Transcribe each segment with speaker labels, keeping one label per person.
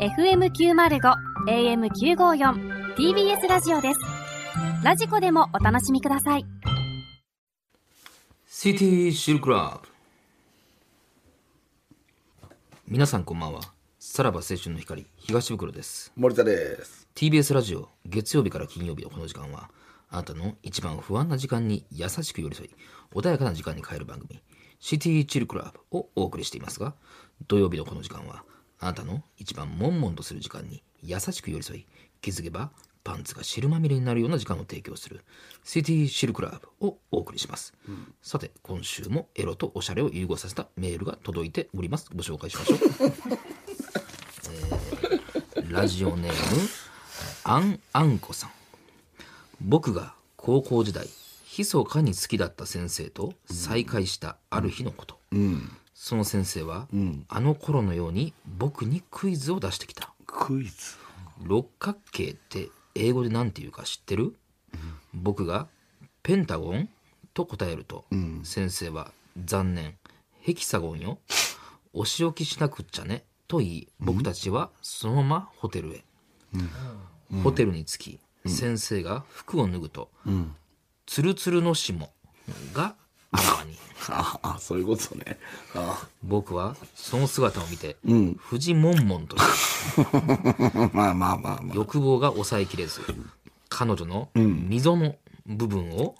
Speaker 1: FM905 AM954 TBS ラジオですラジコでもお楽しみください
Speaker 2: シティシルクラブ皆さんこんばんはさらば青春の光東袋です
Speaker 3: 森田です。
Speaker 2: TBS ラジオ月曜日から金曜日のこの時間はあなたの一番不安な時間に優しく寄り添い穏やかな時間に変える番組シティチルクラブをお送りしていますが土曜日のこの時間はあなたの一番悶々とする時間に優しく寄り添い気づけばパンツが汁まみれになるような時間を提供するシティシルクラブをお送りします、さて今週もエロとおしゃれを融合させたメールが届いておりますご紹介しましょうラジオネームあんあんこさん僕が高校時代密かに好きだった先生と再会したある日のこと、その先生は、あの頃のように僕にクイズを出してきた
Speaker 3: クイズ。
Speaker 2: 六角形って英語で何て言うか知ってる、僕が「ペンタゴン?」と答えると、先生は「残念ヘキサゴンよお仕置きしなくっちゃね」と言い僕たちはそのままホテルへ、ホテルに着き、先生が服を脱ぐと「ツルツルの霜」があらわに。
Speaker 3: ああ、そういうことね。あ
Speaker 2: 僕はその姿を見て、藤もんもんとして
Speaker 3: あ、まあまあまあまあ。
Speaker 2: 欲望が抑えきれず彼女の溝の部分を、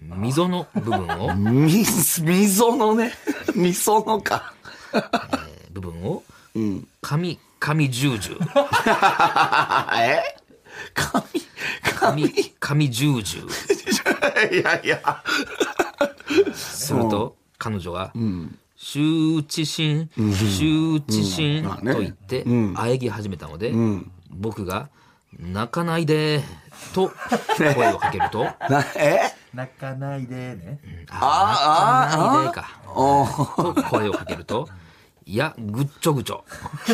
Speaker 2: 溝の部分を、え
Speaker 3: み、溝の ね。溝のか。
Speaker 2: ー部分を、紙紙十 十
Speaker 3: え髪、髪。
Speaker 2: 紙紙十十
Speaker 3: いやいや。
Speaker 2: すると彼女は「羞恥心羞恥心」
Speaker 3: まあね
Speaker 2: と言って喘ぎ始めたので、僕が「泣かないで」 と声をかけると「
Speaker 3: な、え
Speaker 4: 泣かないでね。
Speaker 2: あ
Speaker 3: あ
Speaker 2: あ、いいねか。と声をかけると、いや、ぐっちょぐちょ。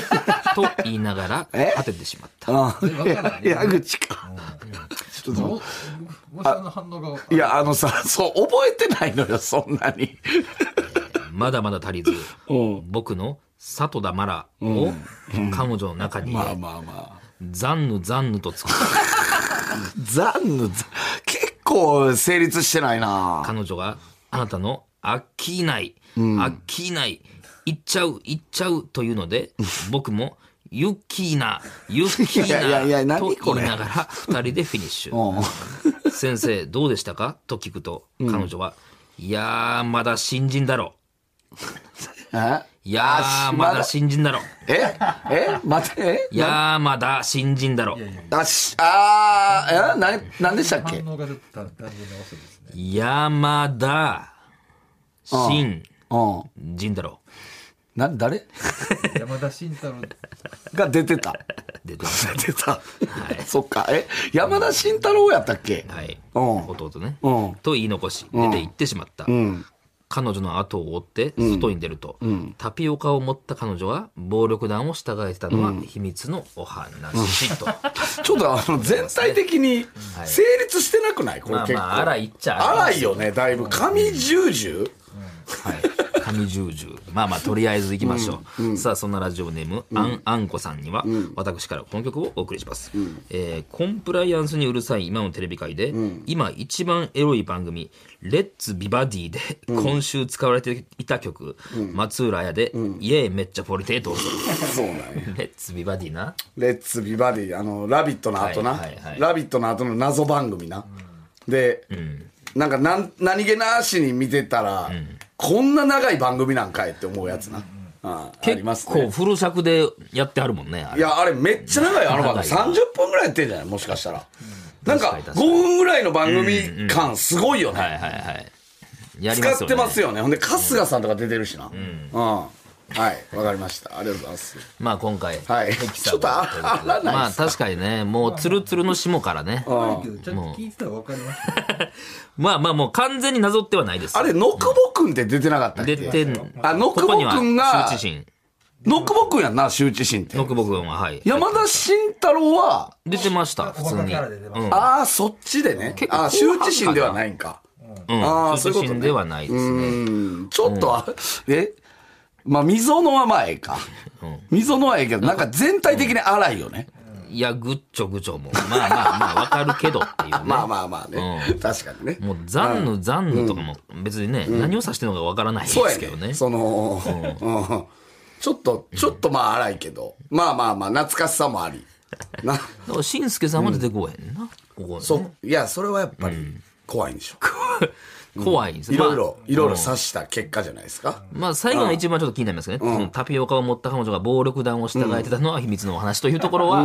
Speaker 2: と言いながら、果ててしまった。
Speaker 3: ああ、いや矢口か。ちょっと、
Speaker 4: もしあの反応が
Speaker 3: いや、あのさ、そう、覚えてないのよ、そんなに。
Speaker 2: まだまだ足りず
Speaker 3: う、
Speaker 2: 僕の里田マラを彼女の中に
Speaker 3: まあ
Speaker 2: 入れ、
Speaker 3: まあまあ。
Speaker 2: ザンヌザンヌとつく。
Speaker 3: 残の、ざ結構成立してないな。
Speaker 2: 彼女があなたのあっきいない、あっきいない、行っちゃう、行っちゃうというので、僕も、ユッキーな、ユッキー
Speaker 3: いやいやいや
Speaker 2: な、
Speaker 3: 何
Speaker 2: と
Speaker 3: こ
Speaker 2: 言
Speaker 3: れ
Speaker 2: いながら、二人でフィニッシュ。
Speaker 3: う ん。
Speaker 2: 先生どうでしたかと聞くと彼女は「いやーまだ新人だろ」
Speaker 3: え
Speaker 2: 「いや
Speaker 3: あ
Speaker 2: ー
Speaker 3: まだ
Speaker 2: まだ新人だろ」
Speaker 3: ええ待て、え
Speaker 2: 「いやーまだ新人だろ」
Speaker 3: あし、あー、えな、なんでしたっけ
Speaker 4: 反応が出たら単純に遅いですね
Speaker 2: 「いやーまだ新
Speaker 3: うん。
Speaker 2: 人だろ
Speaker 3: な、誰
Speaker 4: 山田慎太郎
Speaker 3: が出てた。」
Speaker 2: でで
Speaker 3: 出てた。 そっか。え、山田慎太郎やったっけ
Speaker 2: はい
Speaker 3: うん
Speaker 2: 弟ね
Speaker 3: うん
Speaker 2: と言い残し出て行ってしまった彼女の後を追って外に出るとタピオカを持った彼女は暴力団を従えてたのは秘密のお話と。
Speaker 3: ちょっとあの、全体的に成立してなくないこれ
Speaker 2: まあ
Speaker 3: 結構。
Speaker 2: まあ、荒いっちゃ
Speaker 3: 荒
Speaker 2: い
Speaker 3: いよね、だいぶ。紙重々
Speaker 2: はい。神十十。まあまあ、とりあえず行きましょう。さあ、そんなラジオネーム、あんあんこさんには、私からこの曲をお送りします、えーコンプライアンスにうるさい今のテレビ界で、今一番エロい番組、レッツビバディで、今週使われていた曲、松浦綾で、イエーイめっちゃポリテーどうぞ。
Speaker 3: そうなんや。
Speaker 2: レッツビバディな。
Speaker 3: レッツビバディ、あの、ラビットの後な。
Speaker 2: はいはいはい
Speaker 3: ラビットの後の謎番組な。で、なんかなん、何気なしに見てたら、こんな長い番組なんかいって思うやつな。あああります
Speaker 2: 結構
Speaker 3: ね。
Speaker 2: フル尺でやってあるもんね、あ
Speaker 3: い
Speaker 2: れ。
Speaker 3: や、あれめっちゃ長いよ、あの番組。
Speaker 2: 長い
Speaker 3: 30分ぐらいやってんじゃないもしかしたら。なん
Speaker 2: 確
Speaker 3: か
Speaker 2: かに、確
Speaker 3: 5
Speaker 2: かに
Speaker 3: 分ぐらいの番組感すごいよ
Speaker 2: はい
Speaker 3: ね。
Speaker 2: はいはい。やり
Speaker 3: 使
Speaker 2: ます
Speaker 3: っ
Speaker 2: よ
Speaker 3: て
Speaker 2: ね
Speaker 3: ま。すよね。ほんで、春日さんとか出てるしな。うん。はい、わかりました。ありがとうございます。
Speaker 2: まあ今回、
Speaker 3: はい
Speaker 2: ヘキサ
Speaker 3: ちょっとああらないっす
Speaker 2: まあ確かにね、もうツルツルの霜からね。
Speaker 4: だけどちゃんと聞いてたら分かりますね
Speaker 2: まあまあもう完全になぞってはないです。
Speaker 3: あれ、ノクボくんって出てなかったっけ
Speaker 2: 出てん、
Speaker 3: あ、ノ
Speaker 2: こ
Speaker 3: ク
Speaker 2: こ
Speaker 3: ボ
Speaker 2: には
Speaker 3: くんが
Speaker 2: 羞恥、心。
Speaker 3: ノクボくんやんな、羞恥心って。
Speaker 2: ノクボくんは、はい。
Speaker 3: 山田慎太郎は、
Speaker 2: 出てました、普
Speaker 4: お
Speaker 2: 通
Speaker 4: バカ
Speaker 2: に。
Speaker 4: キャラで出まし
Speaker 2: うん
Speaker 3: ああ、そっちでね。
Speaker 2: 結構
Speaker 3: ああ、
Speaker 2: 後半か
Speaker 3: 羞
Speaker 2: な
Speaker 3: 恥心ではないんか。
Speaker 2: うん
Speaker 3: あーそ
Speaker 2: 羞
Speaker 3: ういう
Speaker 2: 恥
Speaker 3: ことね
Speaker 2: 心ではないです
Speaker 3: う
Speaker 2: ね。
Speaker 3: ん、ちょっとあ、えまあ、溝野はまあええか。溝野はええけど、なんか全体的に荒いよね。
Speaker 2: いや、ぐっちょぐちょも。まあまあまあ、わかるけどっていうね。
Speaker 3: まあまあまあね。
Speaker 2: う
Speaker 3: 確かにね。
Speaker 2: もう、ザンヌ、ザンヌとかも、別にね、何を指してるのかわからないで
Speaker 3: そうや
Speaker 2: すけど
Speaker 3: ね
Speaker 2: ね。
Speaker 3: その、うんちょっと、ちょっとまあ荒いけど、まあまあまあ、懐かしさもあり。 な、
Speaker 2: だから、しんすけさんは出てこへんな。ここ
Speaker 3: そう、いや、それはやっぱり怖いんでしょ。
Speaker 2: 怖いんです
Speaker 3: い
Speaker 2: よ
Speaker 3: ろいろ、いろいろ察した結果じゃないですか。
Speaker 2: まあ、最後の一番ちょっと気になりますね。そのタピオカを持った彼女が暴力団を従えてたのは秘密のお話というところは、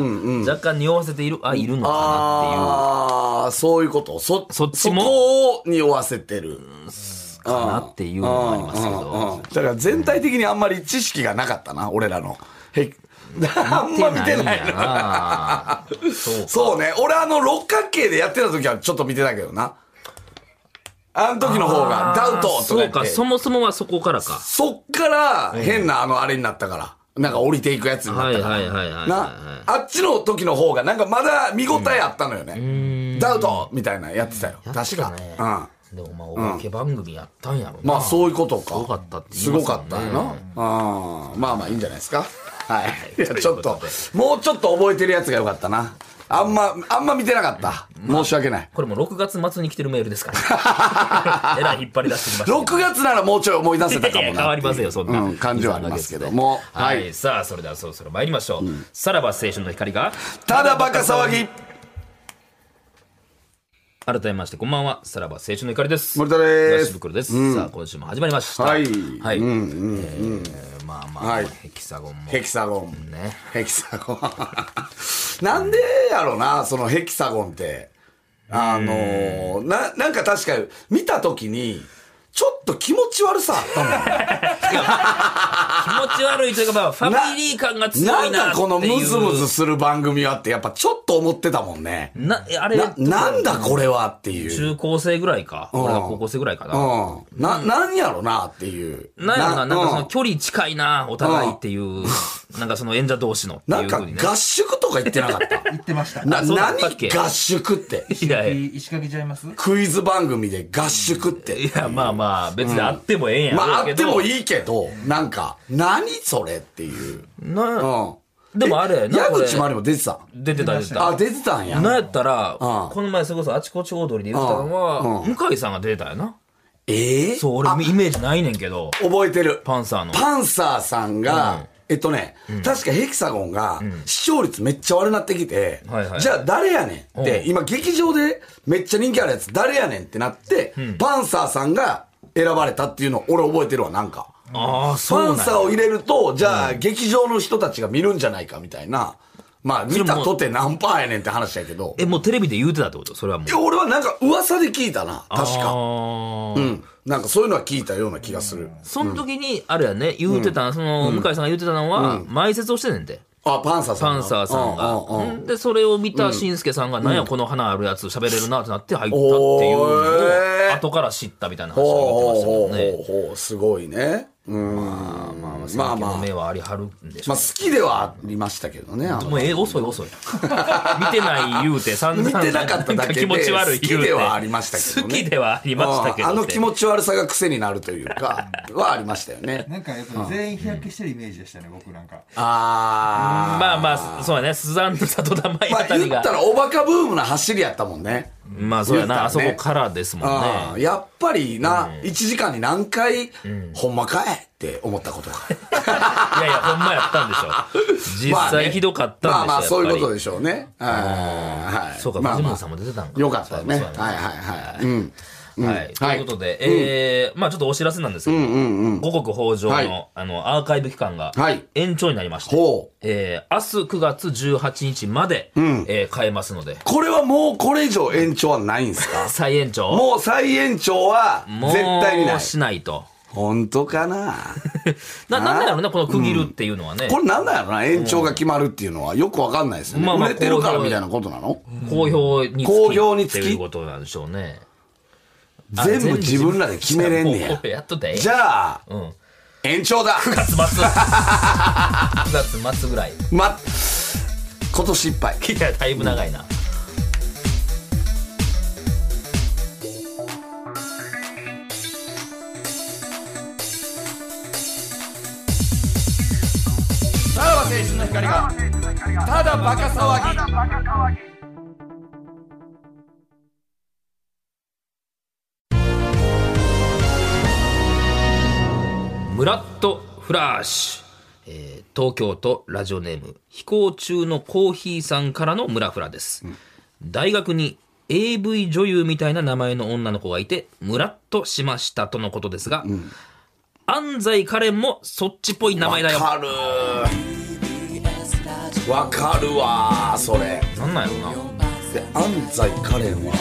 Speaker 2: 若干匂わせている、あ、いるのかなっ
Speaker 3: ああ、そういうこと。そ、
Speaker 2: そっちも
Speaker 3: そこを匂わせて
Speaker 2: てい
Speaker 3: る。
Speaker 2: う、かなっていうのもありますけど。
Speaker 3: うんだから全体的にあんまり知識がなかったな、俺らの。へあんま見てない
Speaker 2: ん
Speaker 3: な
Speaker 2: や。な。そうか。
Speaker 3: そうね。俺あの六角形でやってた時はちょっと見てたけどな。あの時の方が、ダウトとか
Speaker 2: そ
Speaker 3: 言
Speaker 2: う
Speaker 3: っ
Speaker 2: か、
Speaker 3: て。
Speaker 2: そもそもはそこからか。
Speaker 3: そっから変なあのあれになったから。なんか降りていくやつにな
Speaker 2: は
Speaker 3: っ
Speaker 2: い
Speaker 3: た
Speaker 2: はい
Speaker 3: から。
Speaker 2: はいはいはい。
Speaker 3: な、あっちの時の方がなんかまだ見応えあったのよね。ダウトみたいなのやってたよ。
Speaker 2: やって
Speaker 3: 確
Speaker 2: た
Speaker 3: か。
Speaker 2: ね
Speaker 3: うん。
Speaker 2: でもまあ、お化け番組やったんやろな。
Speaker 3: まあそういうことか。
Speaker 2: すごかったって言い
Speaker 3: す
Speaker 2: ますもんね
Speaker 3: ごかったよな。あーまあまあいいんじゃないですか。はい。いや、ちょ
Speaker 2: とい
Speaker 3: っ
Speaker 2: う
Speaker 3: と、もうちょっと覚えてるやつがよかったな。あんま、あんま見てなかった。申し訳ない。
Speaker 2: これも6月末に来てるメールです から。えらい引っ張り出してきましたけど。
Speaker 3: 6月ならもうちょい思い出せたかもなっていう。
Speaker 2: 変わりますよそんな、
Speaker 3: うん、感じはありますけども。
Speaker 2: は、
Speaker 3: はいい。
Speaker 2: さあそれではそろそろ参りましょう、さらば青春の光が
Speaker 3: ただバカ騒ぎ。
Speaker 2: 改めましてこんばんはさらば青春の光です
Speaker 3: 森田です
Speaker 2: 東袋です、さあ今週も始まりました
Speaker 3: はい
Speaker 2: はいえーまあまあ、
Speaker 3: はい
Speaker 2: ヘキサゴンも
Speaker 3: ヘキサゴン。
Speaker 2: ね
Speaker 3: ヘキサゴン。 なんでやろな、そのヘキサゴンって。あのーな、なんか確かに見たときに、ちょっと気持ち悪さあったもん。
Speaker 2: 気持ち悪いというかまあファミリー感が 強
Speaker 3: ないん
Speaker 2: なっ
Speaker 3: だ
Speaker 2: てい
Speaker 3: こ
Speaker 2: う
Speaker 3: のムズムズする番組はってやっぱちょっと思ってたもんね。
Speaker 2: なあれ
Speaker 3: な、なんだこれはっていう。
Speaker 2: 中高生ぐらいか俺は高校生ぐらいかな、
Speaker 3: うん。な、なんやろなっていう。
Speaker 2: なんやろな、なんかそ
Speaker 3: うん
Speaker 2: の距離近いな、お互いっていう、なんかその演者同士のって
Speaker 3: ないん
Speaker 2: う
Speaker 3: か
Speaker 2: ふうにね。
Speaker 3: 合宿とか言ってなか った。
Speaker 4: 言ってました。
Speaker 3: な、
Speaker 2: そうだっ
Speaker 3: 何
Speaker 2: たっけ
Speaker 3: 合宿 って。
Speaker 2: いやいや
Speaker 4: いい石掛けちゃいます
Speaker 3: クイズ番組で合宿って。
Speaker 2: いや、まあまあ、別にあってもええんや
Speaker 3: まあ、
Speaker 2: ろう
Speaker 3: あ
Speaker 2: け
Speaker 3: って
Speaker 2: ど。
Speaker 3: もいいけど、なんか、何それっていう。う
Speaker 2: な、
Speaker 3: ん。
Speaker 2: でもあれやな
Speaker 3: 矢
Speaker 2: これ
Speaker 3: 口まりも出てた。
Speaker 2: 出てた出て
Speaker 3: あ、
Speaker 2: た。
Speaker 3: 出てたんや。
Speaker 2: なんやったら、
Speaker 3: うん
Speaker 2: この前それこそあちこち踊りで言ってたのは、
Speaker 3: うん
Speaker 2: 向井さんが出てたよな。
Speaker 3: ええ
Speaker 2: そう、俺イメージないねんけど、
Speaker 3: 覚えてる。
Speaker 2: パンサーの。
Speaker 3: パンサーさんが、えっとね、確かヘキサゴンが視聴率めっちゃ悪なってきて、
Speaker 2: はいはい
Speaker 3: じゃあ誰やねんって
Speaker 2: う、ん
Speaker 3: 今劇場でめっちゃ人気あるやつ誰やねんってなって、パンサーさんが選ばれたっていうの俺覚えてるわ、なんか。
Speaker 2: ああ、そう
Speaker 3: パ
Speaker 2: な
Speaker 3: ン
Speaker 2: んや
Speaker 3: サーを入れると、じゃあ劇場の人たちが見るんじゃないかみたいな。まあ見たとて何パーやねんって話やけど。
Speaker 2: え、もうテレビで言うてたってことそれはもう
Speaker 3: い。や俺はなんか噂で聞いたな、確
Speaker 2: あ
Speaker 3: か。
Speaker 2: ー
Speaker 3: うん。なんかそういうのは聞いたような気がする。
Speaker 2: その時に、あれやね、言うてた、その、向井さんが言うてたのは、埋設をしてんねんて。
Speaker 3: あ、パンサーさ
Speaker 2: パ
Speaker 3: ん
Speaker 2: ン
Speaker 3: が。
Speaker 2: サーさんが。
Speaker 3: うううん
Speaker 2: で、それを見たしんすけさんが、なんやこの花あるやつ喋れるなってなって入ったっていうの
Speaker 3: お
Speaker 2: を、
Speaker 3: ー
Speaker 2: 後から知ったみたいな話を言ってました
Speaker 3: ほうほうほ
Speaker 2: けどね。
Speaker 3: うほうすごいね。うん。まあまあまあ、
Speaker 2: まあ
Speaker 3: ま
Speaker 2: 目はありはるんでしょ
Speaker 3: あ、好きではありましたけどね。あ
Speaker 2: う。
Speaker 3: の
Speaker 2: もうええ、遅い 遅い。見てない言うて、散
Speaker 3: 見
Speaker 2: 々。
Speaker 3: てなかっただけで、
Speaker 2: 気持ち悪い言
Speaker 3: 好き
Speaker 2: うて。
Speaker 3: ではありましたけ
Speaker 2: 好
Speaker 3: どね。
Speaker 2: きではありましたけど
Speaker 3: あ
Speaker 2: って。
Speaker 3: の気持ち悪さが癖になるという か、はありましたよね。
Speaker 4: なんかやっぱ全員日焼けしてるイメージでしたね、僕なんか。
Speaker 3: あー。
Speaker 2: まあまあ、そうやね。スザンヌ里田舞
Speaker 3: ま
Speaker 2: あ
Speaker 3: あ
Speaker 2: たり
Speaker 3: 言
Speaker 2: が
Speaker 3: っ。たらおバカブームの走りやったもんね。
Speaker 2: まあそうやな。
Speaker 3: 言
Speaker 2: あ
Speaker 3: った
Speaker 2: そ
Speaker 3: らね
Speaker 2: こからですもん
Speaker 3: あ
Speaker 2: ね。
Speaker 3: あやっぱりな、1時間に何回、ほんまかいって思ったことが。
Speaker 2: いやいや、ほんまやったんでしょ。 実
Speaker 3: まあね
Speaker 2: 際ひどかったんでしょ。
Speaker 3: まあまあ、そういう
Speaker 2: やっぱり
Speaker 3: ことでしょうね。はいはい
Speaker 2: そうか、
Speaker 3: まあ
Speaker 2: 藤
Speaker 3: ま
Speaker 2: 本
Speaker 3: あ
Speaker 2: さんも出てたんか。
Speaker 3: よかったよね。
Speaker 2: そう
Speaker 3: は
Speaker 2: や
Speaker 3: い
Speaker 2: な
Speaker 3: はいはい。うん。
Speaker 2: はい。ということで、えーまあちょっとお知らせなんですけど、五穀豊穣の、
Speaker 3: はい
Speaker 2: あの、アーカイブ期間が
Speaker 3: はい
Speaker 2: 延長になりまして、
Speaker 3: ほう。
Speaker 2: えー明日9月18日まで、えー変えますので、
Speaker 3: これはもうこれ以上延長はないんで すか
Speaker 2: 再延長
Speaker 3: もう再延長は
Speaker 2: もう
Speaker 3: 絶対にない。
Speaker 2: しないと。
Speaker 3: 本当かな
Speaker 2: な、なんだろうね、この区切るっていうのはね、
Speaker 3: これなんなんやろな延長が決まるっていうのはよくわかんないですよね。
Speaker 2: まあまあ
Speaker 3: 売れてるか
Speaker 2: こ
Speaker 3: ら
Speaker 2: う
Speaker 3: みたいなことなの
Speaker 2: 公表につき。
Speaker 3: 公表につき
Speaker 2: っていうことなんでしょうね。あ
Speaker 3: 全部自分らで決めれんね
Speaker 2: もう
Speaker 3: や
Speaker 2: こ。れやっとったらええ
Speaker 3: じゃあ、
Speaker 2: うん。
Speaker 3: 延長だ
Speaker 2: 9月末。9月末ぐらい。
Speaker 3: ま、今年いっぱい。
Speaker 2: いや、だいぶ長いな。
Speaker 3: 春の光がただバカ騒ぎ
Speaker 2: ムラッとフラッシュ、えー東京都ラジオネーム飛行中のコーヒーさんからのムラフラです、大学に AV 女優みたいな名前の女の子がいてムラッとしましたとのことですが、安西カレンもそっちっぽい名前だよ
Speaker 3: わかるわかるわそれ
Speaker 2: なんなんやろな
Speaker 3: で安西カレンは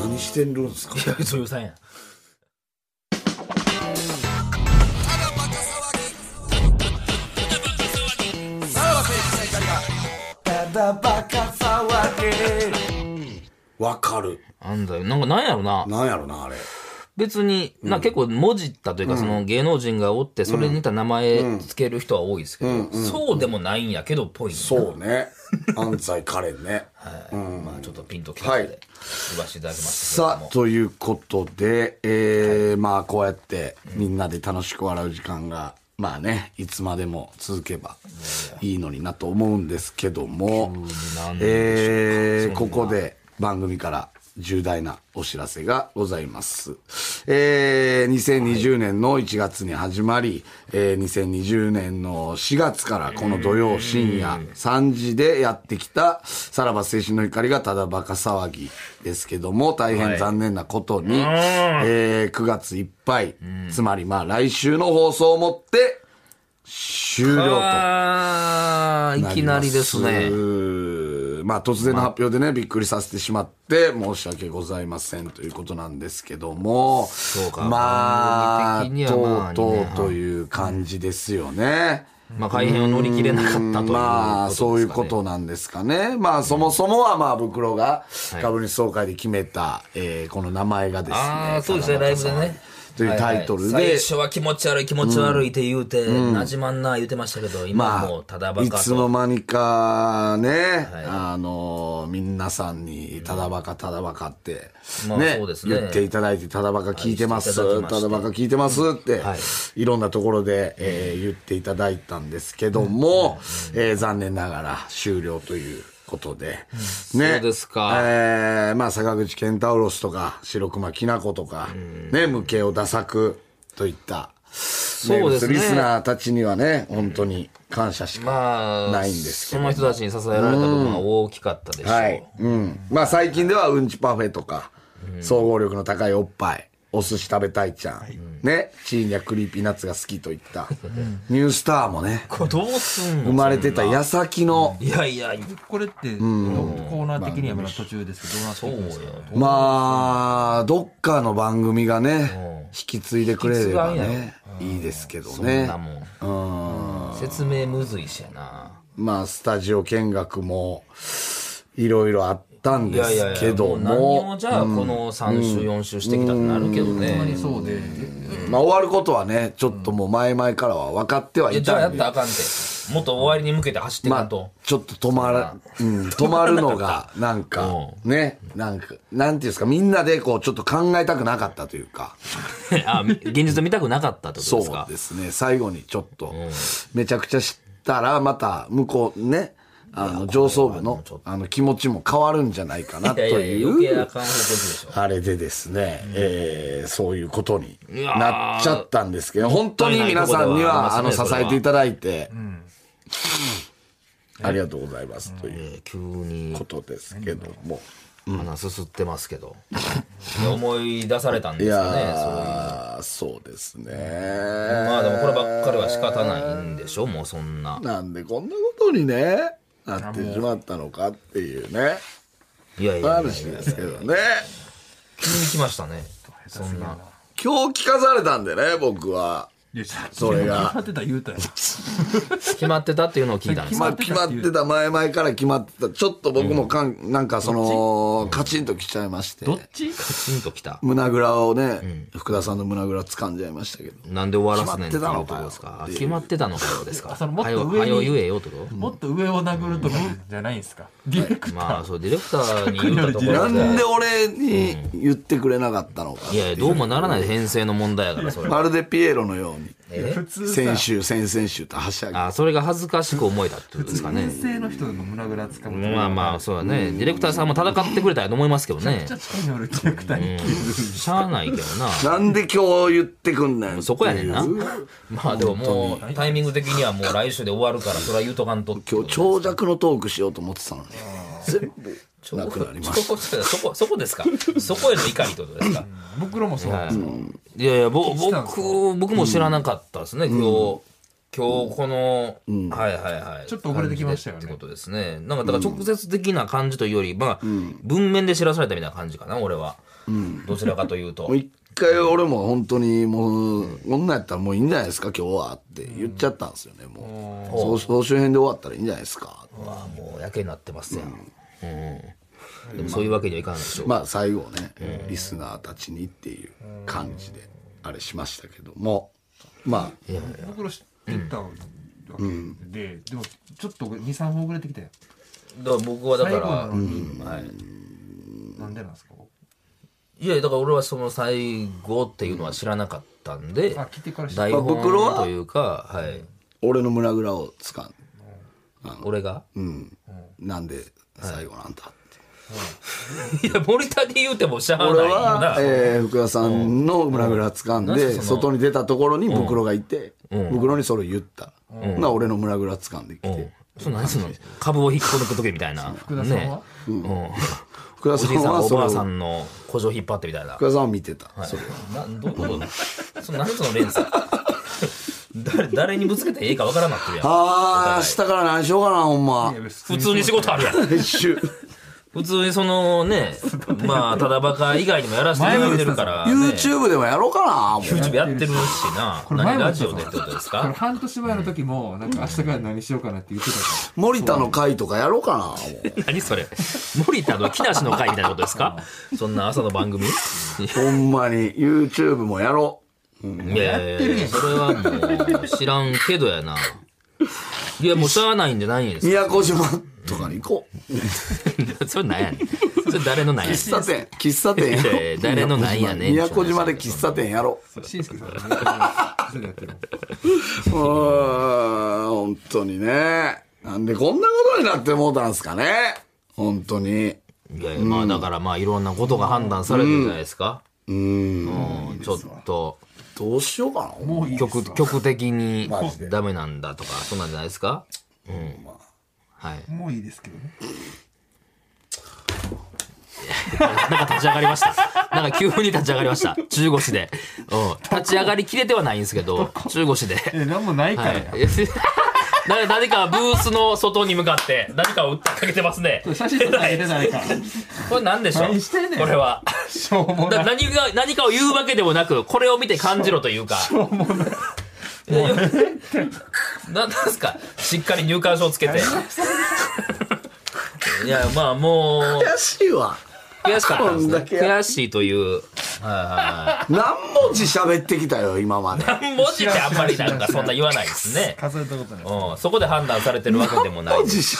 Speaker 3: 何してるんですか
Speaker 2: いや女優さんやん
Speaker 3: ただバカ騒ぎわかる
Speaker 2: 安西なんかなんやろな
Speaker 3: なんやろなあれ
Speaker 2: 別に、な結構文字ったというか、その芸能人がおってそれに似た名前つける人は多いですけど、そうでもないんやけどっぽいねんな
Speaker 3: そうね安西カレンね
Speaker 2: まあちょっとピンときたの
Speaker 3: はい
Speaker 2: で言わせていただきましたけれ
Speaker 3: さ
Speaker 2: ど
Speaker 3: あ
Speaker 2: も、
Speaker 3: ということで、えーまあこうやってみんなで楽しく笑う時間が、まあねいつまでも続けばいいのになと思うんですけども
Speaker 2: なんでしょうか
Speaker 3: えーここで番組から重大なお知らせがございます。えー2020年の1月に始まり、えー2020年の4月からこの土曜深夜3時でやってきた、さらば青春の光がただバカ騒ぎですけども、大変残念なことに、えー9月いっぱい、つまりまあ来週の放送をもって、終了と。
Speaker 2: あーいきなりですね。
Speaker 3: まあ突然の発表でね、びっくりさせてしまって、申し訳ございませんということなんですけども、
Speaker 2: うか
Speaker 3: まあ、
Speaker 2: 番組的にはまあ
Speaker 3: とう
Speaker 2: 二年
Speaker 3: とう
Speaker 2: 半
Speaker 3: という感じですよね。
Speaker 2: まあ改変を乗り切れなかったということですかね。
Speaker 3: まあ、そういうことなんですかね。まあ、そもそもは、まあ、袋が株主総会で決めた、えーこの名前がですね。
Speaker 2: ああ、そうですね、
Speaker 3: 田
Speaker 2: ライ
Speaker 3: 中
Speaker 2: ブ
Speaker 3: さ
Speaker 2: で
Speaker 3: ん
Speaker 2: ね。
Speaker 3: というタイトルで。
Speaker 2: はいはい最初は気持ち悪い気持ち悪いって言うて、なじまんな言うてましたけど、今
Speaker 3: ま
Speaker 2: はもうただバカ
Speaker 3: いつ
Speaker 2: と
Speaker 3: の。間にかね、
Speaker 2: い
Speaker 3: あの、皆さんに、ただバカ、ただバカって、
Speaker 2: まあそうですね
Speaker 3: 言っていただいて、ただバカ聞いてま
Speaker 2: はい
Speaker 3: す、
Speaker 2: していただきまして
Speaker 3: ただバカ聞いてますって、
Speaker 2: はい
Speaker 3: い、ろんなところで、えー言っていただいたんですけども、えー残念ながら終了という。ことで、ね
Speaker 2: そうですか
Speaker 3: えーまあ坂口健太郎とか白熊きなことか、ね無形をダ作といった
Speaker 2: うですね
Speaker 3: 名物リスナーたちにはね本当に感謝しか
Speaker 2: まあ、
Speaker 3: ないんですけ
Speaker 2: そ
Speaker 3: ど、
Speaker 2: の人たちに支えられた部分は大きかったでしょう。
Speaker 3: はいうん、まあ最近ではうんちパフェとか、総合力の高いおっぱいお寿司食べたいちゃん、ねチーニャクリーピーナッツが好きといったニュースターもね
Speaker 2: これどうすんの
Speaker 3: 生まれてた矢先の、
Speaker 2: いやいや、
Speaker 4: これって、コーナー的にはまだ途中ですけど、どうなって
Speaker 2: そ
Speaker 4: いうく
Speaker 2: よ
Speaker 4: んですか。
Speaker 3: まあどっかの番組がね、引き継いでくれ
Speaker 2: 引
Speaker 3: れば
Speaker 2: き継がんや
Speaker 3: ねいいですけど
Speaker 2: そん
Speaker 3: ね
Speaker 2: なもん。説明むずいしやな。
Speaker 3: まあスタジオ見学もいろいろあったん
Speaker 2: い
Speaker 3: で
Speaker 2: やい
Speaker 3: す
Speaker 2: やい
Speaker 3: け
Speaker 2: や、も
Speaker 3: ど
Speaker 2: う何
Speaker 3: も
Speaker 2: をじゃあこの3週、4週してきたってなるけどね。
Speaker 4: そうで、
Speaker 3: まあ、終わることはね、ちょっともう前々からは分かってはいい
Speaker 2: やじゃあ
Speaker 3: た
Speaker 2: や
Speaker 3: ん
Speaker 2: っ
Speaker 3: で、
Speaker 2: たらあかんて。もっと終わりに向けて走ってい
Speaker 3: ま
Speaker 2: か
Speaker 3: あ
Speaker 2: んと。、
Speaker 3: ちょっと止まら、うん、止まる のが、なんか、ね、なんか、なんていうんですか、みんなでこう、ちょっと考えたくなかったというか、
Speaker 2: あ、み現実見たくなかったってこと
Speaker 3: そ
Speaker 2: ですか
Speaker 3: うですね、最後にちょっと、めちゃくちゃしたら、また、向こうね、あの、上層部の、あの、気持ちも変わるんじゃないかな、と
Speaker 2: やいやいや、余
Speaker 3: い
Speaker 2: 計あ
Speaker 3: う。
Speaker 2: かん方向でしょ。
Speaker 3: あれでですね、えーそういうことになっちゃったんですけど、本当に皆さんには、あ
Speaker 2: も
Speaker 3: の、
Speaker 2: ったいないことで
Speaker 3: 支
Speaker 2: はありますね
Speaker 3: えていただいて、ありがとうございますという
Speaker 2: えー急に
Speaker 3: ことですけども。
Speaker 2: 鼻すすってますけど。いや思い出されたんで
Speaker 3: い
Speaker 2: すよね。そう
Speaker 3: やー、そうですね。
Speaker 2: まあでもこればっかりは仕方ないんでしょ、もうそんな。
Speaker 3: なんでこんなことにね、なってしまったのかっていうね、
Speaker 2: いやいやいや
Speaker 3: 話
Speaker 2: いや、
Speaker 3: ですけどね。
Speaker 2: 急に来ましたね。そんな。
Speaker 3: 今日聞かされたんでね、僕は。そ
Speaker 4: そ
Speaker 3: れが
Speaker 4: 立てた言うたやん。
Speaker 2: 決まってたっていうのを聞いたんです
Speaker 3: ま
Speaker 2: か
Speaker 3: あ決まってた、前々から決まってた。ちょっと僕もかん、なんかその、カチンときちゃいまして。
Speaker 4: どっち
Speaker 2: カチンと来た。
Speaker 3: 胸ぐらをね、福田さんの胸ぐら掴んじゃいましたけど。
Speaker 2: なんで終わらすねんっていう
Speaker 3: 決ま
Speaker 2: と
Speaker 3: って
Speaker 2: こ
Speaker 3: た
Speaker 2: ろ
Speaker 3: のかよ
Speaker 2: ですか。あ決まってたのかようですか。
Speaker 4: そのもっ
Speaker 2: は
Speaker 4: と
Speaker 2: よ、
Speaker 4: 上
Speaker 2: は
Speaker 4: に
Speaker 2: よ言えよってこと
Speaker 4: もっと上を殴るとかじゃないんですか。ディレクタ
Speaker 2: まあ
Speaker 4: ー。
Speaker 2: そうディレクターに言ったとこ
Speaker 3: な
Speaker 2: ろで
Speaker 3: んで俺に言ってくれなかったのか。
Speaker 2: いやいやどうもならない編成の問題やからそれ
Speaker 3: まるでピエロのように。
Speaker 2: え
Speaker 4: 普通さ
Speaker 3: 先週、先々週とはしゃぎ。
Speaker 2: あそれが恥ずかしく思えたってことですかね
Speaker 4: 先生の人の胸ぐらつかむ
Speaker 2: まあまあそうだねディレクターさんも戦ってくれたらと思いますけどね
Speaker 4: めっちゃ近いの俺キャラクターに
Speaker 2: しゃあないけどな
Speaker 3: なんで今日言ってくんねん。
Speaker 2: そこやねんな。まあでももうタイミング的にはもう来週で終わるからそれは言うとかんと
Speaker 3: 今日長尺のトークしようと思ってたのに。全部なくなりまし
Speaker 2: そこそこそこですかそこへの怒りってことですか
Speaker 4: 袋もそうなん
Speaker 2: は
Speaker 4: ですよ
Speaker 2: い、いやいやぼ僕僕も知らなかったですね、今日今日この、はいはいはい
Speaker 4: ちょっと遅れてきましたよ
Speaker 2: 感
Speaker 4: ね
Speaker 2: じでってことですねなんかだから直接的な感じというより、まあ文面で知らされたみたいな感じかな俺は、どちらかという と
Speaker 3: た。もう一回俺も本当にもう、こんなんやったらもういいんじゃないですか、今日はって言っちゃったんですよね、もう。総総集編で終わったらいいんじゃないですか。
Speaker 2: うわもうやけになってますやん、うんでもそういうわけにはいかないでしょう、
Speaker 3: まあ最後ね、リスナーたちにっていう感じで、あれしましたけども。まあ、
Speaker 4: 袋知ってたわけででもちょっと23本遅れてきたよ
Speaker 2: だから僕はだから
Speaker 4: 最後なのに
Speaker 2: はい、
Speaker 4: なんでなんですか
Speaker 2: いやだから俺はその最後っていうのは知らなかったんで、
Speaker 4: あ聞いてから知った
Speaker 2: 台
Speaker 3: 袋
Speaker 2: 本
Speaker 3: は
Speaker 2: というか、はい、
Speaker 3: 俺の村ぐらをつかん。
Speaker 2: 俺が
Speaker 3: うん。なんで最後なんだって。
Speaker 2: いや、森田で言うてもしゃあない
Speaker 3: 俺
Speaker 2: よ
Speaker 3: は
Speaker 2: な、。
Speaker 3: えー、福田さんの村ぐらつかん
Speaker 2: なん
Speaker 3: で、
Speaker 2: かその
Speaker 3: 外に出たところに袋がいて、袋にそれを言った。な俺の村ぐらつかんできて、
Speaker 2: うんそう何その株を引っこ抜く時みたいな。
Speaker 4: 福田さんは
Speaker 2: ねうん
Speaker 3: 福田
Speaker 2: お
Speaker 3: さ
Speaker 2: じ
Speaker 3: ん
Speaker 2: いさん
Speaker 3: は
Speaker 2: おばあ
Speaker 3: そ
Speaker 2: さ
Speaker 3: れを
Speaker 2: んの古城引っ張ってみたいな。
Speaker 3: 福田さんを見てた、それ
Speaker 2: な
Speaker 3: を
Speaker 2: どういうことその何その連鎖 誰誰にぶつけていいかわからなってるやん。
Speaker 3: ああ明日から何しようかなほんま
Speaker 4: いや
Speaker 2: 普通に仕事あるやん。
Speaker 3: 一 周
Speaker 2: 普通にそのね、まあ、ただバカ以外にもやらせていただいてるから、ね。
Speaker 3: YouTube でもやろう かなもう
Speaker 2: YouTube やってるしな。
Speaker 4: れ前
Speaker 2: 何
Speaker 4: も
Speaker 2: ラジオでってことです
Speaker 4: これ
Speaker 2: か
Speaker 4: 半年前の時もなんか明日から何しようかなって言ってたから
Speaker 3: 森田の会とかやろうかなもう
Speaker 2: 何それ森田の木梨の会みたいなことですかそんな朝の番組
Speaker 3: ほんまに YouTube もやろ
Speaker 2: いやいやいやそれはもう知らんけどやな。いや、もうしゃあないんじゃないんで
Speaker 3: う
Speaker 2: す
Speaker 3: 宮古島とかに行こう
Speaker 2: か。それなんやねん。それ誰のなんやね
Speaker 3: 喫茶店喫茶店や
Speaker 2: いやい
Speaker 3: ろ
Speaker 2: や
Speaker 3: う
Speaker 2: 誰のなんやねん
Speaker 3: 宮古島で喫茶店やろ う
Speaker 4: 紳助さんがそれやってる
Speaker 3: うーん本当にねなんでこんなことになってもうたんすかね本当に
Speaker 2: ん。いやいや、まあだからまあいろんなことが判断されてるじゃないですか。うん。ちょっと、
Speaker 3: どうしようかなもう
Speaker 2: 曲、曲的に
Speaker 3: マジで
Speaker 2: ダメなんだとか、そうなんじゃないですかうん。はい。
Speaker 4: もういいですけどね
Speaker 2: なんか立ち上がりました。なんか急に立ち上がりました。中腰で。うん。立ち上がりきれてはないんですけど、中腰で。
Speaker 4: え何もないから
Speaker 2: は
Speaker 4: や
Speaker 2: い。 な何かブースの外に向かって何かを訴えかけてますね。
Speaker 4: 写真撮ったら入れな いか
Speaker 2: これ何でしょう
Speaker 4: 何してんねん
Speaker 2: これは。
Speaker 4: しょうも
Speaker 2: だ
Speaker 4: ない
Speaker 2: 何が、何かを言うわけでもなく、これを見て感じろというか。
Speaker 4: しょうもない
Speaker 2: 何ですかしっかり入館証つけて。いや、まあもう、
Speaker 3: 悔しいわ
Speaker 2: 悔しかったです
Speaker 3: こん
Speaker 2: ね
Speaker 3: だ。けや
Speaker 2: 悔しいという。
Speaker 3: 何文字喋ってきたよ今まで
Speaker 2: 文字ってあんまりなんかそんな言わないですね。
Speaker 4: 数えたことない
Speaker 2: うん、そこで判断されてるわけでもないですし。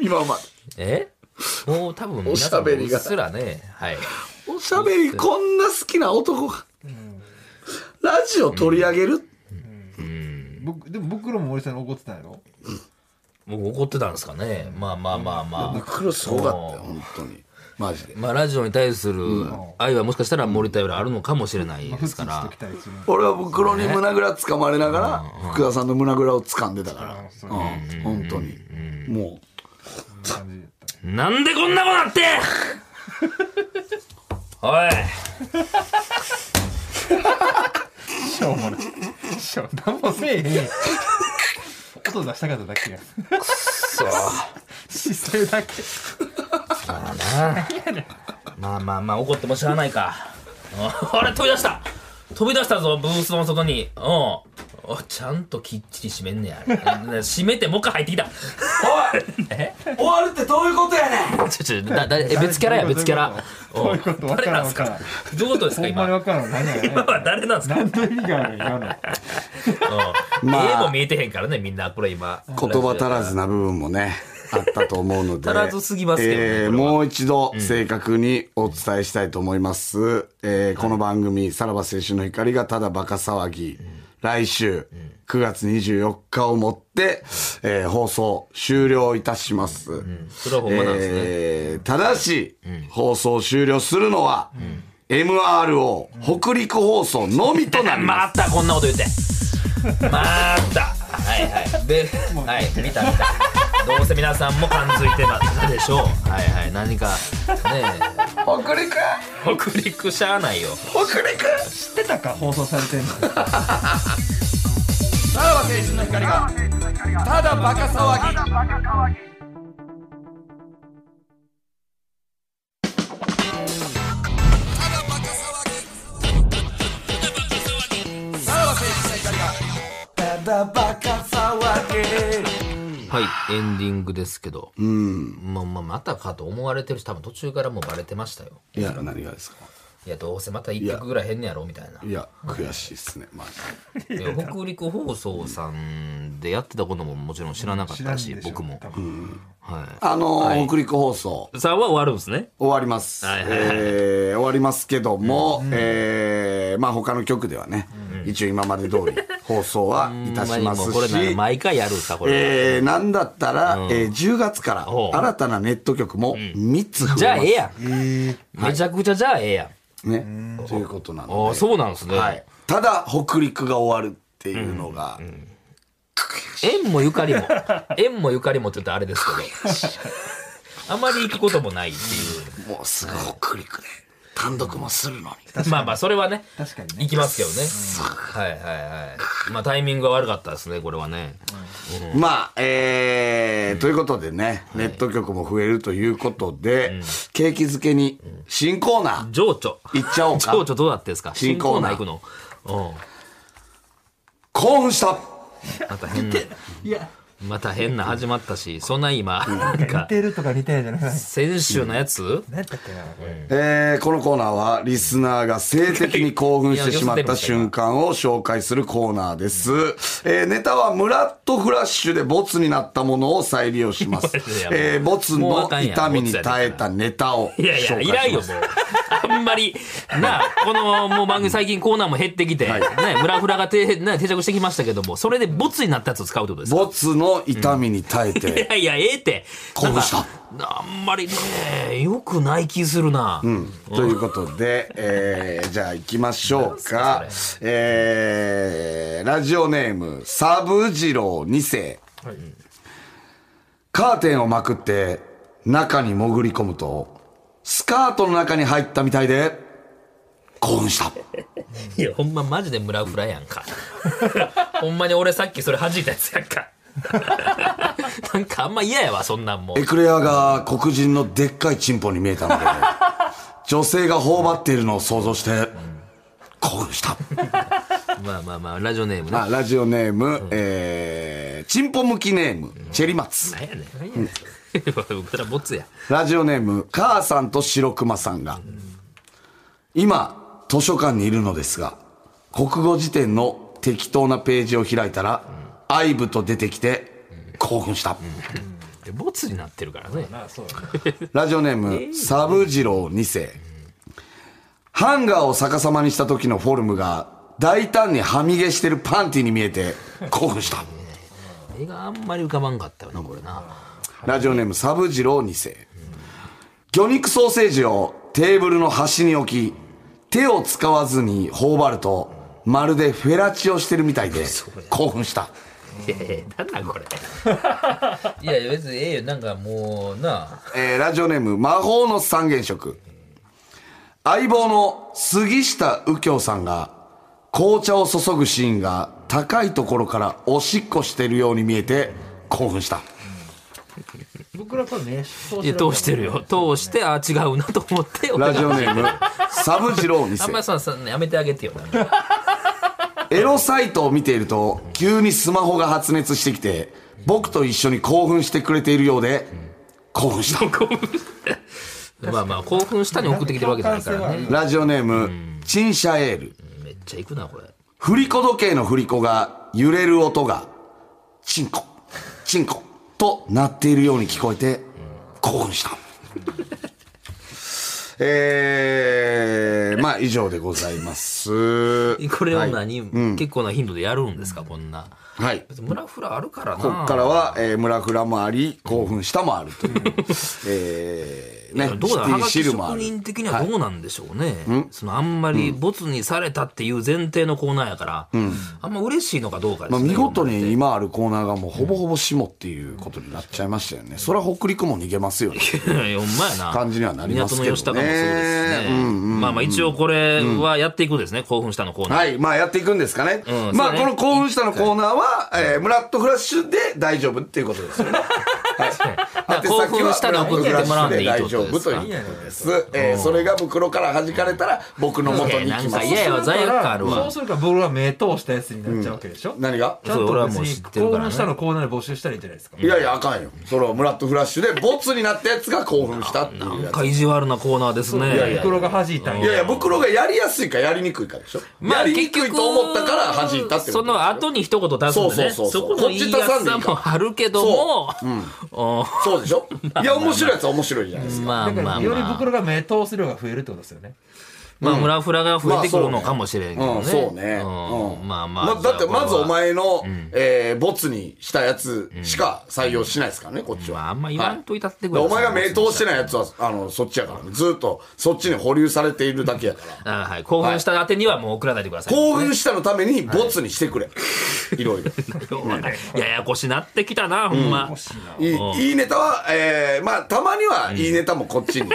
Speaker 3: 今ま
Speaker 2: え
Speaker 3: で
Speaker 2: もう多分皆さんもうっすらね、はい。
Speaker 3: おしゃべりこんな好きな男がラジオ取り上げる
Speaker 4: 僕でも僕らも森さんに怒ってたんやろ
Speaker 2: 僕怒ってたんですかね。まあまあまあまあ。
Speaker 3: 黒すごかったよ本当にマジで
Speaker 2: まあラジオに対する愛はもしかしたら森田よりあるのかもしれないですか
Speaker 4: フ
Speaker 2: ら
Speaker 4: ツ。フツと来たりする
Speaker 3: 俺は袋に胸ぐらつかまれながら福田さんの胸ぐらを掴んでたから
Speaker 4: そう
Speaker 3: うん本当にも
Speaker 4: 感じだった
Speaker 2: なんでこんなことなって おい
Speaker 4: しょうもないしょう何もせえへんやん音出したかっただけや
Speaker 2: そう
Speaker 4: 姿勢だけ
Speaker 2: だな。まあまあまあ怒っても知らないか。 うんあれ飛び出した飛び出したぞブースの外に。うん。おちゃんときっちり閉めんねや。 閉めてもう一回入ってきた。
Speaker 3: う終わるってどういうことやねん
Speaker 2: ちょちょ、だ、だ、え、別キャラや、別キャラ。
Speaker 4: どういうこと
Speaker 2: お
Speaker 4: わ
Speaker 2: 誰
Speaker 4: から
Speaker 2: なん
Speaker 4: ん
Speaker 2: す
Speaker 4: わから
Speaker 2: か
Speaker 4: ん
Speaker 2: どういうことですか、
Speaker 4: ほんまに
Speaker 2: 今。
Speaker 4: わからん何や
Speaker 2: 今
Speaker 4: ね
Speaker 2: は 誰なんですか
Speaker 4: 何の意味があるの今の
Speaker 2: うん
Speaker 3: まあ
Speaker 2: 絵も見えてへんからね、みんな、これ今。
Speaker 3: 言葉足らずな部分もねあったと思うので。
Speaker 2: 足らずすぎますけどね
Speaker 3: えー
Speaker 2: これは
Speaker 3: もう一度正確にお伝えしたいと思います。えーこの番組、さらば青春の光がただバカ騒ぎ、来週9月24日をもって、えー放送終了いたします。
Speaker 2: それはほんまなんですね。
Speaker 3: えーただし、放送終了するのは、MRO 北陸放送のみとなりま す。
Speaker 2: またこんなこと言ってまたはいはいで、はい、見た見たどうせ皆さんも感づいてたでしょうはいはい何かね
Speaker 3: 北陸
Speaker 2: え北陸しゃあないよ
Speaker 3: 北陸
Speaker 4: 知ってたか放送されてんの
Speaker 3: さらば青春の光がただバカ騒ぎ
Speaker 2: はいエンディングですけどまあまあまたかと思われてるし多分途中からもうバレてましたよ
Speaker 3: いや何がですか
Speaker 2: いやどうせまた一曲ぐらい変ねやろみたいない
Speaker 3: や悔しいっすねまあ
Speaker 2: いや北陸放送さんでやってたことももちろん知らなかったし僕も
Speaker 4: 多分
Speaker 2: は
Speaker 3: あのー北陸放送
Speaker 2: いさんは終わるんですね
Speaker 3: 終わります、
Speaker 2: はいはいはい
Speaker 3: えー終わりますけども、えーまあ他の局ではね、一応今まで通り放送はいたし
Speaker 2: ほ
Speaker 3: ま
Speaker 2: んにも
Speaker 3: す
Speaker 2: うこれ
Speaker 3: し
Speaker 2: なら毎回やるさこれは、
Speaker 3: えー、なんだったら、えー10月から
Speaker 2: ほう
Speaker 3: 新たなネット局も3つ増えます、
Speaker 2: じゃあええやん、めちゃくちゃじゃあええやん
Speaker 3: ね、ということな
Speaker 2: あ
Speaker 3: の
Speaker 2: あ
Speaker 3: で、
Speaker 2: そうなんですね、
Speaker 3: はい、ただ北陸が終わるっていうのが、
Speaker 2: 縁もゆかりも縁もゆかりもって言ったらあれですけどあまり行くこともないってい
Speaker 3: もうすぐ北陸で単独もするのに、
Speaker 2: うまあまあそれはね
Speaker 4: 確かにね
Speaker 2: 行きますけどね、はいはいはいまあタイミングが悪かったですねこれはね、
Speaker 3: まあえーということでね、ネット局も増えるということで、景気づけに新コーナー
Speaker 2: 情緒
Speaker 3: いっちゃおうか
Speaker 2: 情緒どうなってんですか
Speaker 3: 新コーナー
Speaker 2: 新行くの
Speaker 3: 興奮した
Speaker 2: うんまた変な
Speaker 4: いや
Speaker 2: また変な始まったしそんな今なん
Speaker 4: 似
Speaker 2: か
Speaker 4: てるとか似てないじゃなくて
Speaker 2: 先週のやつ
Speaker 4: 何やったっけなこれ
Speaker 3: えーこのコーナーはリスナーが性的に興奮してしまっ
Speaker 2: いや
Speaker 3: た
Speaker 2: 寄せてる
Speaker 3: 瞬間を紹介するコーナーです。えーネタはムラッとフラッシュでボツになったものを再利用します
Speaker 2: いや。もう
Speaker 3: えーボツ
Speaker 2: もうあ
Speaker 3: の
Speaker 2: かんやん
Speaker 3: 痛みに耐えたネタを紹
Speaker 2: いや
Speaker 3: 介
Speaker 2: い
Speaker 3: し
Speaker 2: や、
Speaker 3: ます。
Speaker 2: いらんよ、もう。あんまり、なあ、この、もう番組最近コーナーも減ってきて、
Speaker 3: はい
Speaker 2: ね、ムラフラが定ね定着してきましたけども、それでボツになったやつを使うってことですか
Speaker 3: ボツの痛みに耐え
Speaker 2: い
Speaker 3: て、
Speaker 2: やいや、ええって。
Speaker 3: 興奮した
Speaker 2: なんかあんまりね、よくない気するな。
Speaker 3: ということで、えーじゃあ行きましょうか。えーラジオネーム、サブジロー2世。カーテンをまくって、中に潜り込むと、スカートの中に入ったみたいで、興奮した。
Speaker 2: いや、ほんまマジでムラフラやんか。 ほんまに俺さっきそれ弾いたやつやんか。 なんかあんま嫌やわ、そんなんもう
Speaker 3: エ。クレアが黒人のでっかいチンポに見えたので、女性が頬張っているのを想像して、興奮した。
Speaker 2: まあまあまあ、ラジオネームね。
Speaker 3: あラジオネーム、えー、チンポ向きネーム、チェリマツ。
Speaker 2: 何やねん。何やねん。 僕らボツや。
Speaker 3: ラジオネーム、母さんと白熊さんが、今、図書館にいるのですが、国語辞典の適当なページを開いたら、愛部と出てきて、興奮した。
Speaker 2: でボツになってるからね。
Speaker 3: ラジオネーム、サブジロー2世。ハンガーを逆さまにした時のフォルムが、大胆にはみ出してるパンティに見えて、興奮した。
Speaker 2: 絵があんまり浮かばんかったよな、これな。
Speaker 3: ラジオネーム、サブジロー2世。魚肉ソーセージをテーブルの端に置き、手を使わずに頬張ると、まるでフェラチオしてるみたいで、興奮した。
Speaker 2: いやいやなんなん これいや別にええよなんかもうな
Speaker 3: えーラジオネーム、魔法の三原色。相棒の杉下右京さんが、紅茶を注ぐシーンが高いところからおしっこしてるように見えて、興奮した。
Speaker 4: 僕らとね
Speaker 2: いや通してるよ通してあ違うなと思って
Speaker 3: ラジオ
Speaker 2: 俺
Speaker 3: ネーム、サブジロー2
Speaker 2: があん
Speaker 3: 世
Speaker 2: ま。りそんなそんなやめてあげてよなんか
Speaker 3: エロサイトを見ていると、急にスマホが発熱してきて、僕と一緒に興奮してくれているようで、興奮した。
Speaker 2: まあまあ興奮したに送ってきてるわけじゃないからね
Speaker 3: ラジオネーム、チンシャエール。
Speaker 2: めっちゃいくなこれ
Speaker 3: 振り子時計の振り子が揺れる音が、チンコ、チンコ、となっているように聞こえて、興奮した。えー、まあ以上でございます。
Speaker 2: これを
Speaker 3: はい、
Speaker 2: 何、結構な頻度でやるんですか、こんな。
Speaker 3: はい。
Speaker 2: 別にムラフラあるからな。
Speaker 3: こっからは、えー、村倉もあり、興奮したもあると いう。えー、
Speaker 2: いや
Speaker 3: ね、
Speaker 2: どうだ
Speaker 3: シテ
Speaker 2: は
Speaker 3: ィ
Speaker 2: がき
Speaker 3: シルもあ
Speaker 2: 職
Speaker 3: る。
Speaker 2: 人的にはどうなんでしょうね、そのあんまりボツにされたっていう前提のコーナーやから、あんま嬉しいのかどうかで
Speaker 3: ますあ、
Speaker 2: ね、
Speaker 3: 見事に今あるコーナーがもうほぼほぼ下っていうことになっちゃいましたよね。そりゃ北陸も逃げますよね。
Speaker 2: いやほんまやな
Speaker 3: 感じにはなりますけどね
Speaker 2: 港の吉高もそうですしね、
Speaker 3: うん
Speaker 2: まあまあ一応これはやっていくですね、興奮したのコーナー、
Speaker 3: はい。まあ、やっていくんですかね。
Speaker 2: うん
Speaker 3: まあ、
Speaker 2: そうね
Speaker 3: この興奮したのコーナーは、えー、ムラットフラッシュで大丈夫っていうこ とですよね。はい。
Speaker 2: だから興奮したら送ってもらうんでいいって
Speaker 3: 大
Speaker 2: こと
Speaker 3: 丈
Speaker 2: で
Speaker 3: 夫
Speaker 2: す
Speaker 3: と
Speaker 2: か
Speaker 3: いうことです。えー、それが袋から弾かれたら、僕の元に来
Speaker 2: い
Speaker 3: ま
Speaker 2: やいや
Speaker 3: す。
Speaker 2: なんか罪悪感あるわ
Speaker 4: そうするから僕ら目通したやつになっちゃうわけでしょ、
Speaker 3: 何が
Speaker 4: ちゃんと
Speaker 2: そう俺は
Speaker 4: 別
Speaker 2: もう知
Speaker 4: に
Speaker 2: ってる
Speaker 4: コ
Speaker 2: から
Speaker 4: ーナ
Speaker 2: ね
Speaker 4: ーしたのコーナーで募集したらいいじゃないですか
Speaker 3: いやいや、あかんよ。それはムラットフラッシュで、ボツになったやつが興奮したって
Speaker 2: ない
Speaker 3: うんや
Speaker 2: か
Speaker 3: つ。
Speaker 2: 意地悪なコーナーですね
Speaker 4: 袋が弾いたん
Speaker 3: いやいや、袋がやりやすいかやりにくいかでしょ。
Speaker 2: まあ
Speaker 3: やりにくいと思ったから弾いたってことですよ
Speaker 2: その後に一言足すんでね
Speaker 3: そうそうそうそう
Speaker 2: この言いやすさもあるけどもお
Speaker 3: そうで しょいや、面白いやつは面白いじゃないですか。
Speaker 2: まあ
Speaker 4: だか
Speaker 2: まあ
Speaker 4: らより
Speaker 2: まあ
Speaker 4: 袋が目通す量が増えるってことですよね
Speaker 2: まあ、ムラフラが増えてくるのかもしれんけどね。
Speaker 3: うん、そうね。うん
Speaker 2: んまあまあ。
Speaker 3: だって、まずお
Speaker 2: じゃあ。
Speaker 3: 前の、えー、ボツにしたやつしか採用しないですからね、こっち
Speaker 2: ま
Speaker 3: は。
Speaker 2: あ、あんま言わんといたってく
Speaker 3: で
Speaker 2: れ、
Speaker 3: お前が名通してないやつは、あの、そっちやから、ずっと、そっちに保留されているだけやから。
Speaker 2: あはい。興奮した当てにはもう送らないでください。
Speaker 3: 興奮したのために、ボツにしてくれ。いろいろ。
Speaker 2: ややこしなってきたな、ほんま。
Speaker 3: いいいいネタは、えー、まあ、たまには、いいネタもこっちに、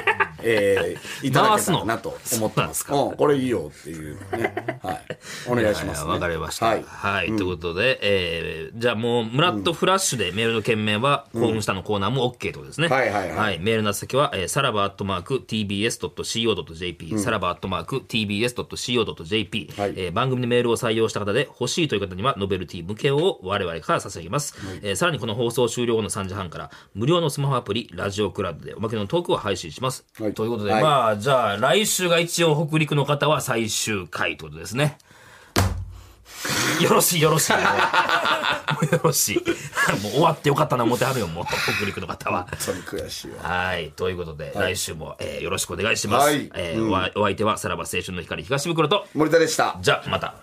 Speaker 3: え ー、いただけたらなと思ってます。
Speaker 2: 回すの
Speaker 3: うん、これいいよっていう、ね。はい。お願いします、ね。
Speaker 2: はわかりました。
Speaker 3: は
Speaker 2: はいい。。ということで、えー、じゃあもう、ムラッとフラッシュでメールの件名は、興奮したのコーナーも OK ということですね。
Speaker 3: はいはいはい
Speaker 2: メールの宛先は、えー、さらばアットマーク tbs.co.jp、さらばアットマーク tbs.co.jp、
Speaker 3: はい
Speaker 2: えー番組でメールを採用した方で、欲しいという方には、ノベルティ向けを我々から差し上げます。えーさらにこの放送終了後の3時半から、無料のスマホアプリ、ラジオクラウドでおまけのトークを配信します。
Speaker 3: はい
Speaker 2: ということで、
Speaker 3: はい
Speaker 2: まあ、じゃあ、来週が一応北陸の方は最終回ということですね。よろしいよろしいもう もうよろしいもう終わってよかったな思ってはるよもう北陸の方は
Speaker 3: 本当に悔しいわ。
Speaker 2: はいということで、来週も、えーよろしくお願いします、
Speaker 3: はい
Speaker 2: えーおわお相手はさらば青春の光東袋と
Speaker 3: 森田でした。
Speaker 2: じゃあまた